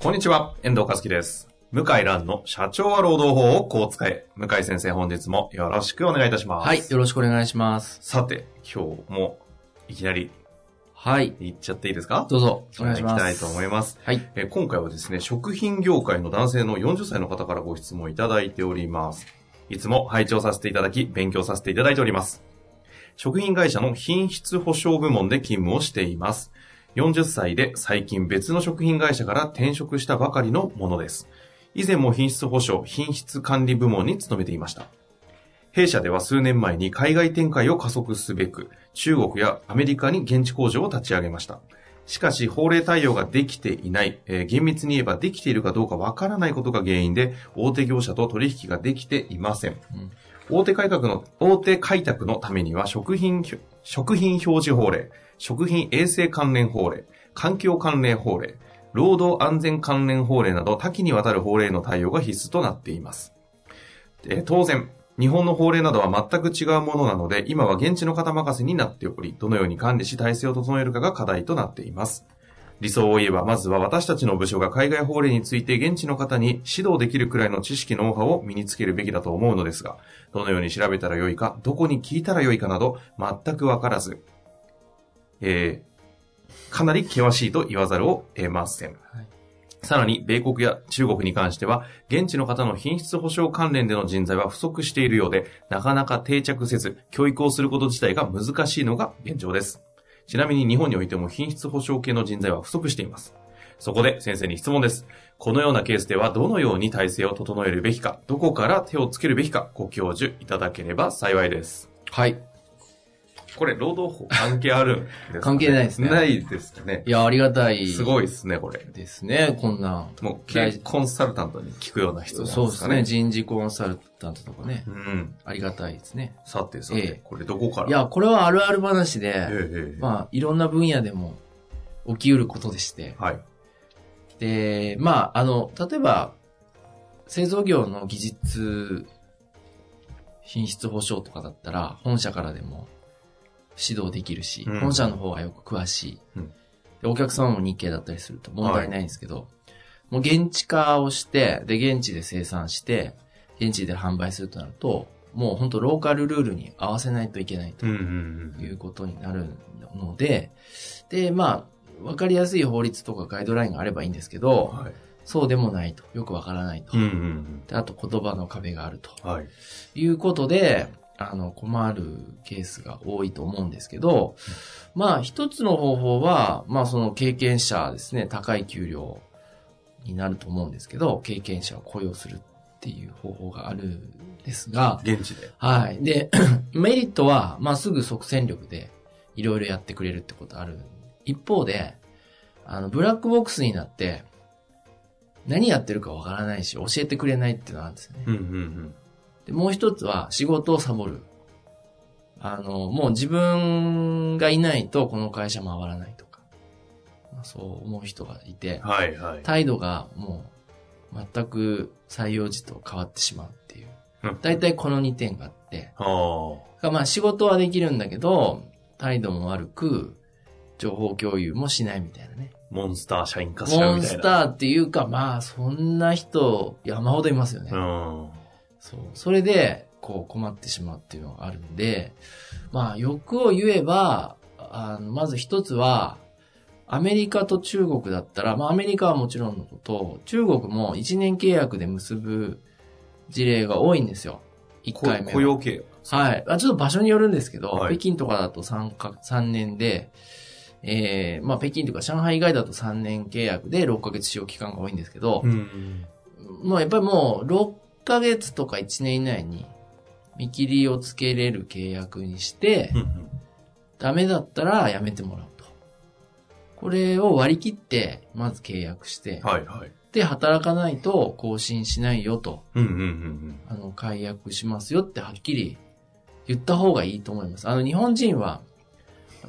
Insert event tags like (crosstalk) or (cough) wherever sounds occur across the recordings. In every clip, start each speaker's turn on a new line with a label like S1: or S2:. S1: こんにちは、遠藤和樹です。向井蘭の社長は労働法をこう使え。向井先生本日もよろしくお願いいたします。
S2: はい、よろしくお願いします。
S1: さて、今日もいきなり
S2: はい、
S1: 行っちゃっていいですか
S2: どうぞ、お願いします。
S1: 行きたいと思います。
S2: はい、
S1: えー今回はですね、食品業界の男性の40歳の方からご質問いただいております。いつも拝聴させていただき、勉強させていただいております。食品会社の品質保証部門で勤務をしています。40歳で最近別の食品会社から転職したばかりのものです。以前も品質保証、品質管理部門に勤めていました。弊社では数年前に海外展開を加速すべく、中国やアメリカに現地工場を立ち上げました。しかし、法令対応ができていない、えー厳密に言えばできているかどうかわからないことが原因で、大手業者と取引ができていません。
S2: うん
S1: 大手改革の、大手開拓のためには、食品、食品表示法令、食品衛生関連法令、環境関連法令、労働安全関連法令など多岐にわたる法令の対応が必須となっています。えー当然、日本の法令などは全く違うものなので、今は現地の方任せになっており、どのように管理し体制を整えるかが課題となっています。理想を言えば、まずは私たちの部署が海外法令について現地の方に指導できるくらいの知識ノウハウを身につけるべきだと思うのですが、どのように調べたらよいか、どこに聞いたらよいかなど、全くわからず、えー、かなり険しいと言わざるを得ません。
S2: はい
S1: さらに、米国や中国に関しては、現地の方の品質保証関連での人材は不足しているようで、なかなか定着せず、教育をすること自体が難しいのが現状です。ちなみに日本においても品質保証系の人材は不足しています。そこで先生に質問です。このようなケースではどのように体制を整えるべきか、どこから手をつけるべきか、ご教授いただければ幸いです。
S2: はい。
S1: これ、労働法関係あるんですか、
S2: 関係ないですね
S1: ないですかね。
S2: いや、ありがたい。
S1: すごいですね、これ。
S2: ですね、こんな。
S1: もう、経
S2: 大
S1: 営コンサルタントに聞くような質問ですか
S2: そ
S1: ね。
S2: うですね、人事コンサルタントとかね
S1: う。ん。
S2: ありがたいですね。
S1: さてさて、
S2: ええ
S1: これどこから
S2: いや、これはあるある話
S1: ええ
S2: で、
S1: ええ
S2: まあ、いろんな分野でも起きうることでして。
S1: はい。
S2: で、まあ、あの、例えば、製造業の技術、品質保証とかだったら、本社からでも指導できるし、
S1: うん
S2: 本社の方がよく詳しい、
S1: うん
S2: でお客様も日系だったりすると問題ないんですけど、もう現地化をして、で、現地で生産して、現地で販売するとなると、もう本当ローカルルールに合わせないといけないと
S1: うんうん
S2: いうことになるので、で、まあ、わかりやすい法律とかガイドラインがあればいいんですけ
S1: うん。
S2: ど、
S1: はい。
S2: そうでもないと。よくわからないと。
S1: うんうん
S2: であと言葉の壁があると。
S1: うん。はい。
S2: いうことで、あの、困るケースが多いと思うんですけど、まあ、一つの方法は、まあ、その経験者ですね、高い給料になると思うんですけど、経験者を雇用するっていう方法があるんですが、
S1: 現地で。
S2: はい。で、 (clears throat) メリットは、まあ、すぐ即戦力で、いろいろやってくれるってことある。一方で、あの、ブラックボックスになって、何やってるかわからないし、教えてくれないっていうのがあるんですよね。
S1: うんうん
S2: で、もう一つは、仕事をサボる。あの、もう自分がいないと、この会社回らないとか、まあそう思う人がいて
S1: うん。、はいはい。
S2: 態度がもう、全く採用時と変わってしまうっていう。大体この2点があって、
S1: ああ。
S2: がまあ仕事はできるんだけど、態度も悪く、情報共有もしないみたいなね。
S1: モンスター社員化しちゃ
S2: モ
S1: う
S2: ン
S1: みたい
S2: ス
S1: な。
S2: ターっていうか、まあそんな人山ほどいますよね。
S1: うん。
S2: そう。それで、こう困ってしまうっていうのがあるんで、まあ欲を言えば、あの、まず一つは、アメリカと中国だったら、まあアメリカはもちろんのこと、中国も1年契約で結ぶ事例が多いんですよ。1
S1: こ
S2: 回目は。
S1: 雇用形
S2: はい。あちょっと場所によるんですけど、
S1: はい
S2: 北京とかだと3か、三年で、えー、まあ北京とか上海以外だと3年契約で6ヶ月使用期間が多いんですけど、
S1: ん。
S2: もうやっぱりもう6ヶ月とか1年以内に見切りをつけれる契約にして、
S1: うんうん
S2: ダメだったらやめてもらうと。これを割り切って、まず契約して、
S1: はいはい。
S2: で、働かないと更新しないよと、
S1: うんうんうんうん。
S2: あの、解約しますよってはっきり言った方がいいと思います。あの、日本人は、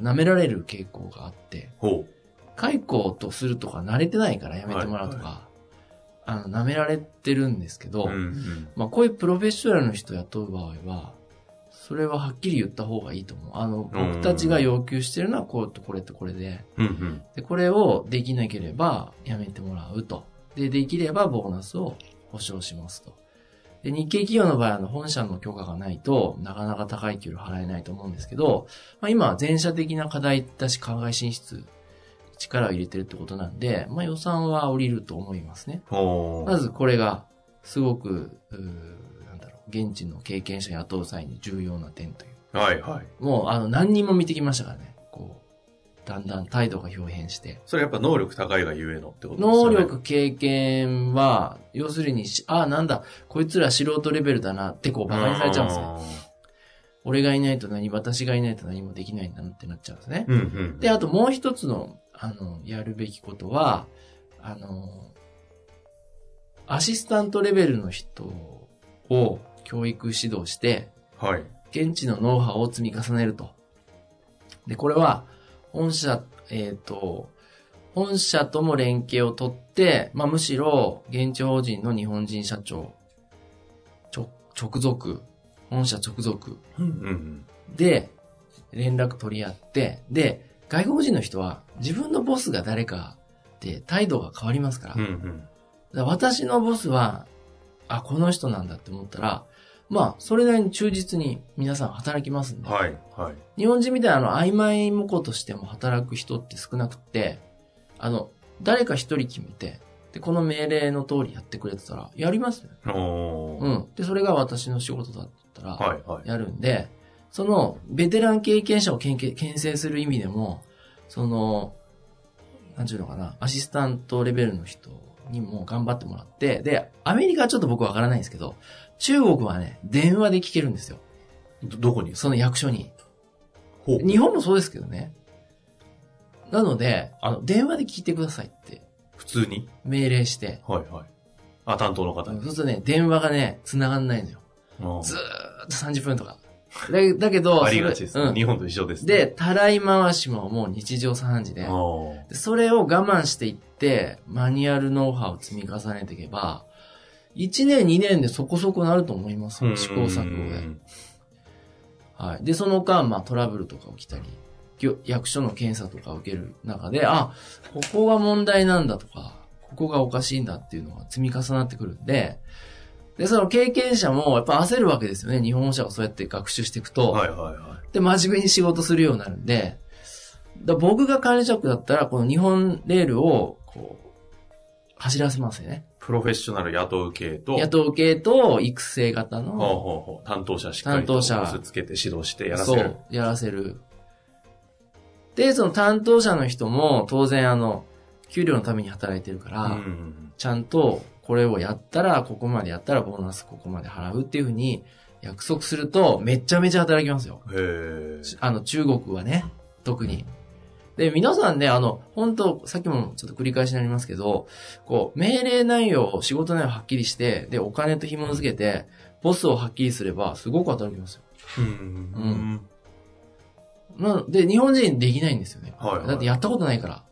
S2: 舐められる傾向があって、
S1: ほ
S2: 解雇とするとか慣れてないからやめてもらうとか、あの、舐められてるんですけど、
S1: う。うんうん。
S2: まあ、こういうプロフェッショナルの人を雇う場合は、それははっきり言った方がいいと思う。あの、
S1: うん
S2: 僕たちが要求してるのはこうとこれとこれで、
S1: うんうん。
S2: で、これをできなければやめてもらうと。で、できればボーナスを保証しますと。で、日系企業の場合は、あの、本社の許可がないと、なかなか高い給料払えないと思うんですけど、まあ、今は全社的な課題だし、海外進出、力を入れてるってことなんで、まあ、予算は降りると思いますね。
S1: ほう。
S2: まずこれが、すごく、うーなんだろう、現地の経験者雇う際に重要な点とい
S1: はいはい。
S2: う。もう、あの、何人も見てきましたからね。こう、だんだん態度が表変して。
S1: それやっぱ能力高いがゆえのってことですよ
S2: 能
S1: ね。
S2: 力、経験は、要するにし、ああ、なんだ、こいつら素人レベルだなって、こう、馬鹿にされちゃうんですね。俺がいないと何、私がいないと何もできないんだなってなっちゃうんですね。
S1: うんうん。
S2: で、あともう一つの、あの、やるべきことは、あの、アシスタントレベルの人を教育指導して、
S1: はい。
S2: 現地のノウハウを積み重ねると。で、これは、本社、えっ、と、本社とも連携を取って、まあ、むしろ、現地法人の日本人社長、直、直属、本社直属
S1: うんうん
S2: で、連絡取り合って、で、外国人の人は自分のボスが誰かって態度が変わりますから、
S1: うん。うん
S2: だか
S1: うん。
S2: ら私のボスは、あ、この人なんだって思ったら、まあ、それなりに忠実に皆さん働きますんで、
S1: はいはい。
S2: 日本人みたいなあの曖昧模倣としても働く人って少なくって、あの、誰か一人決めて、で、この命令の通りやってくれてたら、やりますよ。
S1: おー。
S2: うん。で、それが私の仕事だったら、
S1: はいはい。
S2: やるんで、その、ベテラン経験者をけんけ牽制する意味でも、その、なんちゅうのかな、アシスタントレベルの人にも頑張ってもらって、で、アメリカはちょっと僕わからないんですけど、中国はね、電話で聞けるんですよ。
S1: ど、どこに
S2: その役所に。
S1: ほう。
S2: 日本もそうですけどね。なので、あの、電話で聞いてくださいって
S1: 普通に
S2: 命令して、
S1: はいはい。あ、担当の方
S2: そう
S1: に。
S2: するとね、電話がね、繋がんないのよ。
S1: あ
S2: ずーっと30分とか。だだけど、
S1: ありがちです
S2: それ
S1: ね。
S2: うん
S1: 日本と一緒ですね。
S2: で、たらい回しももう日常茶飯事で
S1: あ、ー
S2: でそれを我慢していって、マニュアルノウハウを積み重ねていけば、1年2年でそこそこなると思いますよ。試行錯誤
S1: う
S2: で。
S1: ん
S2: はい。で、その間、まあトラブルとか起きたり、ぎょ役所の検査とか受ける中で、あ、ここが問題なんだとか、ここがおかしいんだっていうのが積み重なってくるんで、で、その経験者もやっぱ焦るわけですよね。日本社がそうやって学習していくと。
S1: はいはいは
S2: で、真面目に仕事するようになるんで、だ僕が管理職だったら、この日本レールを、こう、走らせますよね
S1: い。。プロフェッショナル雇う系と、
S2: 雇う系と育成
S1: ほ
S2: 型
S1: うほう
S2: の、
S1: ほう担当者しっかり
S2: 担当者
S1: ボスつけて指導してやらせる。、
S2: やらせる。で、その担当者の人も、当然あの、給料のために働いてるから、
S1: うんうん
S2: ちゃんとこれをやったら、ここまでやったらボーナスここまで払うっていうふうに約束すると、めちゃめちゃ働きますよ。
S1: うん。へえ。
S2: あの、中国はね、特に。で、皆さんね、あの、本当さっきもちょっと繰り返しになりますけど、こう、命令内容、仕事内容をはっきりして、で、お金と紐付けて、ボスをはっきりすれば、すごく働きますよ。
S1: うん
S2: う
S1: うん。
S2: なので、日本人できないんですよね。
S1: はいはい
S2: だってやったことないから。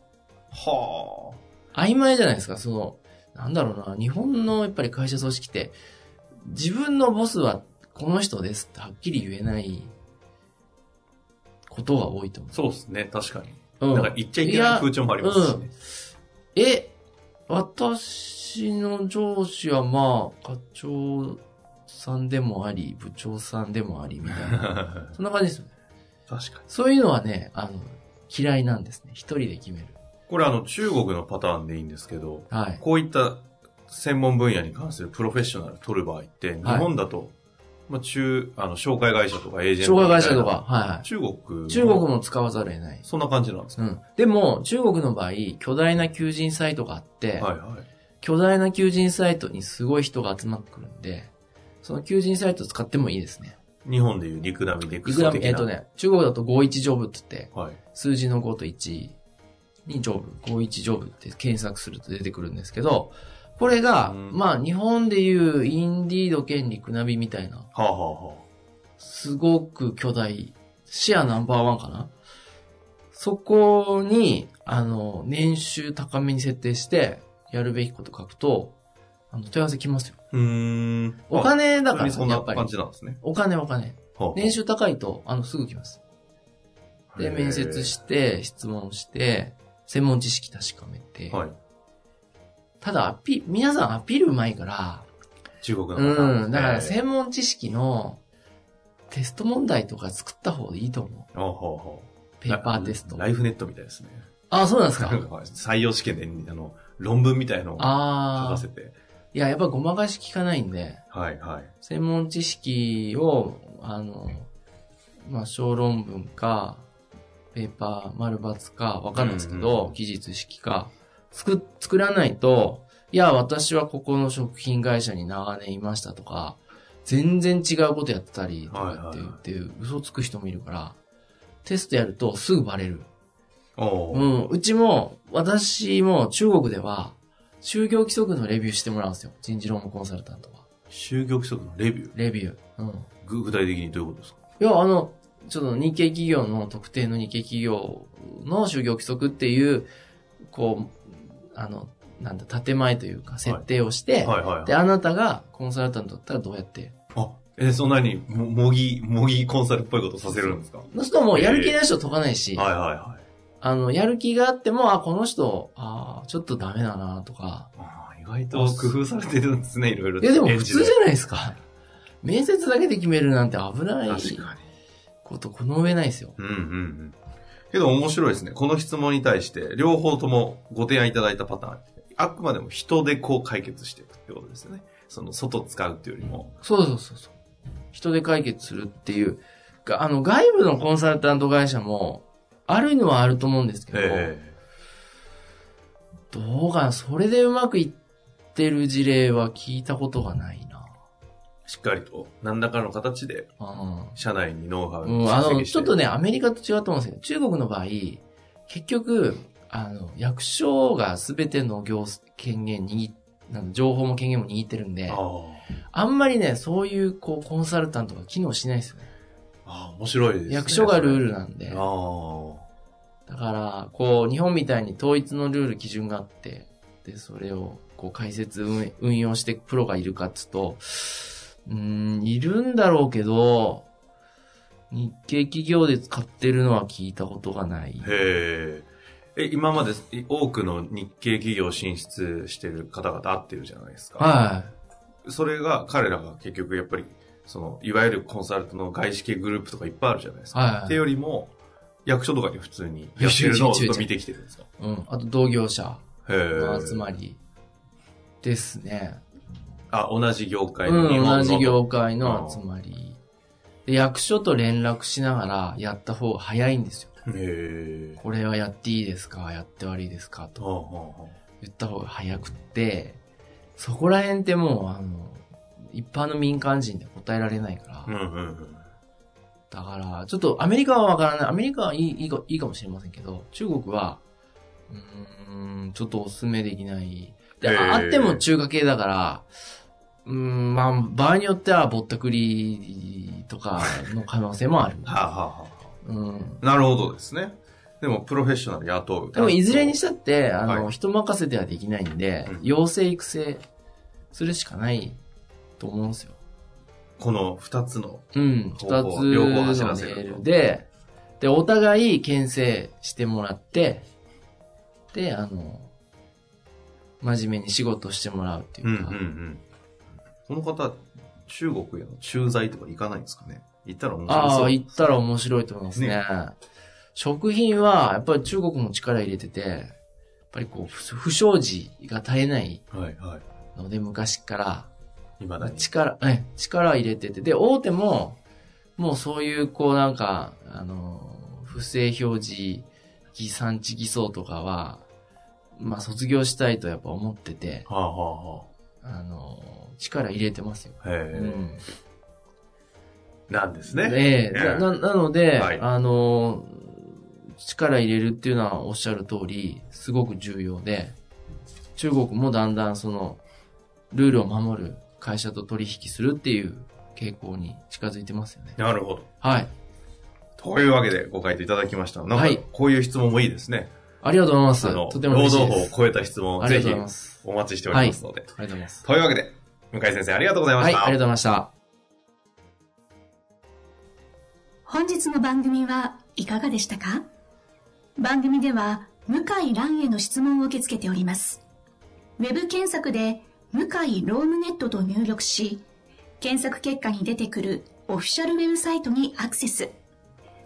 S1: は
S2: 曖昧じゃないですか、その、なんだろうな、日本のやっぱり会社組織って、自分のボスはこの人ですってはっきり言えないことが多いと思
S1: あ。そうですね、確かに。
S2: う。
S1: なんか言っちゃいけない空調もありますしね。
S2: え、私の上司はまあ、課長さんでもあり、部長さんでもあり、みた
S1: (laughs)
S2: いな。
S1: 確
S2: そんな感じですよね。
S1: かに。
S2: そういうのはね、あの、嫌いなんですね。一人で決める。
S1: これあの中国のパターンでいいんですけど、
S2: はい。
S1: こういった専門分野に関するプロフェッショナル取る場合って、日本だと、まあ中、あの、紹介会社とかエージェント
S2: 障
S1: みたい
S2: 害
S1: な。
S2: 会社とか、はいはい。
S1: 中国。
S2: 中国。も使わざるを得ない。
S1: そんな感じなんですか、
S2: うん。でも、中国の場合、巨大な求人サイトがあっ
S1: は
S2: て、
S1: いはい。
S2: 巨大な求人サイトにすごい人が集まってくるんで、その求人サイト使ってもいいですね。
S1: 日本でいうリクダミネク
S2: い
S1: ス
S2: くら
S1: ト
S2: も、
S1: 的な。
S2: えっ、とね、中国だと51ジョブって言って、
S1: はい。
S2: 数字の5と1。にジョブ、高一ジョブって検索すると出てくるんですけど、これが、
S1: うん
S2: まあ日本でいうインディード権利クナビみたいな、
S1: はあ、はあは
S2: すごく巨大、シェアナンバーワンかなそこに、あの、年収高めに設定して、やるべきこと書くと、あの、問い合わせ来ますよ。
S1: あ、うーん。
S2: お金だ
S1: だ
S2: から、
S1: そんな
S2: やっぱり
S1: 感。じなんですね。
S2: お金お金。
S1: はあ
S2: 年収高いと、あの、すぐ来ます。で、面接して、質問して、専門知識確かめて。
S1: てはい。
S2: ただ、アピ、皆さんアピールうまいから、
S1: 中国の方なんですね
S2: うん、だから専門知識のテスト問題とか作った方がいいと思う。
S1: はあはあは
S2: ペーパーテスト
S1: あ。。ライフネットみたいですね。
S2: あ、そうなんです
S1: なん (laughs)
S2: か。
S1: か採用試験で、あの、論文みたいのを書
S2: あ
S1: か
S2: あ
S1: せ。て。
S2: いや、やっぱごまかし効かないんで、
S1: はいはい。
S2: 専門知識を、あの、まあ、小論文か、ペーパー、丸抜か、わかんないですけ
S1: うんうんう
S2: ど
S1: ん、
S2: 記述式か、作、作らないと、いや、私はここの食品会社に長年いましたとか、全然違うことやってたりとかって言って、嘘つく人もいるから、テストやるとすぐバレる。
S1: お
S2: う
S1: ー
S2: ん、うちも、私も中国では、就業規則のレビューしてもらうんですよ。人事労務コンサルタントは。
S1: 就業規則のレビュー。
S2: レビュー。うん。
S1: 具具体的にどういうことですか
S2: いや、あの、ちょっと日系企業の特定の日系企業の就業規則っていう、こう、あの、なんだ、建前というか、設定をして、
S1: はいはい
S2: で、
S1: はい。
S2: あなたがコンサルタントだったらどうやって。
S1: あ、え、そんなに、も模擬、模擬コンサルっぽいことさせるんですかは
S2: そうするともうやる気ない人は解かないし、
S1: いはいはい。
S2: あの、やる気があっても、あ、この人、あーちょっとダメだなとか。
S1: あー意外と工夫されてるんですね、いろいろ。
S2: いや、でも普
S1: 現地
S2: 通じゃないですか。面接だけで決めるなんて危ない
S1: 確かに。
S2: こと、この上ないですよ。
S1: うんうんうん。けど面白いですね。この質問に対して、両方ともご提案いただいたパターン。あくまでも人でこう解決していくってことですよね。その外使うっていうよりも。
S2: そうそうそうそう。人で解決するっていう。があの、外部のコンサルタント会社も、あるのはあると思うんですけど、
S1: え
S2: どうかな、それでうまくいってる事例は聞いたことがないな。
S1: えしっかりと何らかの形で
S2: う
S1: 社内にノウハウを
S2: ん。うん、あ
S1: 蓄
S2: の、
S1: 積し
S2: ち
S1: て、
S2: ょっとね、アメリカと違うと思うんですけど、中国の場合、結局、あの、役所が全ての行、権限握っ、なんか情報も権限も握ってるんで、
S1: あ
S2: あ
S1: ー
S2: んまりね、そういう、こう、コンサルタントが機能しないですよね。
S1: あー、面白いですね。
S2: 役所がルールなんで。
S1: ああ。
S2: だから、こう、日本みたいに統一のルール、基準があって、で、それを、こう、解説、運営運用してプロがいるかっつうと、うーん、いるんだろうけど、日系企業で使ってるのは聞いたことがない。
S1: へえ。え、今までい多くの日系企業進出してる方々会ってるじゃないですか。
S2: は
S1: それが彼らが結局やっぱり、その、いわゆるコンサルトの外資系グループとかいっぱいあるじゃないですか。
S2: はいはい
S1: ってよりも、役所とかに普通にやってるのをずっと見てきてるんですか
S2: い。うん。あと、同業者
S1: へ
S2: の
S1: え。
S2: 集まりですね。
S1: あ、同じ業界の日
S2: うん、
S1: 本の
S2: 同じ業界の集まり。で役所と連絡しながらやった方が早いんですよ。
S1: へえ。
S2: これはやっていいですかやって悪いですかと
S1: は。あはあは
S2: 言った方が早くって、そこら辺ってもう、あの、一般の民間人で答えられないから。
S1: あうんうんうん。
S2: だから、ちょっとアメリカはわからない。アメリカはいいいいかいいかもしれませんけど、中国は、うーん、ちょっとお勧めできない。で、
S1: へー。
S2: ああっても中華系だから、うーん、まあ、場合によってはぼったくりとかの可能性もある
S1: (laughs) はあはあは
S2: うん。
S1: あ。なるほどですね。でも、プロフェッショナル雇う。
S2: でも、いずれにしたって、あの、
S1: は
S2: 人任せではできないんで
S1: うん、
S2: 養成育成するしかないと思うんですよ。
S1: この二つの。
S2: うん、
S1: ほう
S2: 二つ
S1: ほう両方走
S2: の
S1: ら
S2: メ
S1: せると
S2: ールで、で、お互い牽制してもらって、で、あの、真面目に仕事してもらうってい
S1: うんうん
S2: う
S1: う
S2: か、
S1: ん。この方、中国への駐在とか行かないんですかね行ったら面白
S2: あ
S1: そう。
S2: あ、行ったら面白いと思いますね。
S1: ね
S2: 食品は、やっぱり中国も力入れてて、やっぱりこう、不不祥事が絶えない
S1: はいはい。
S2: ので、昔から、
S1: 今だに。
S2: 力、え、力入れてて。で、大手も、もうそういう、こうなんか、あの、不正表示、偽産地偽装とかは、まあ卒業したいとやっぱ思ってて、
S1: はあはあは
S2: あの、力入れてますよ。
S1: あ。へ
S2: う
S1: え。
S2: ん。
S1: なんですね。
S2: ねえ
S1: ええ
S2: な、なので、
S1: はい
S2: あの、力入れるっていうのはおっしゃる通り、すごく重要で、中国もだんだんその、ルールを守る会社と取引するっていう傾向に近づいてますよね。
S1: なるほど。
S2: はい。
S1: というわけでご回答いただきました。なん
S2: は
S1: か
S2: い、
S1: こういう質問もいいですね。
S2: ありがとうございます。
S1: あの、
S2: とても
S1: 労
S2: 嬉し
S1: 働
S2: い
S1: 法
S2: で
S1: を
S2: す。
S1: 超えた質問を
S2: あり
S1: ぜ
S2: がとう
S1: ひ
S2: ございます。
S1: お待ちしておりますので。
S2: ありがとうございます。
S1: というわけで、向井先生ありがとうございま
S2: は
S1: し
S2: い、あ
S1: た。
S2: りがとうございました。
S3: 本日の番組はいかがでしたか番組では向井蘭への質問を受け付けております。ウェブ検索で向井ロームネットと入力し、検索結果に出てくるオフィシャルウェブサイトにアクセス。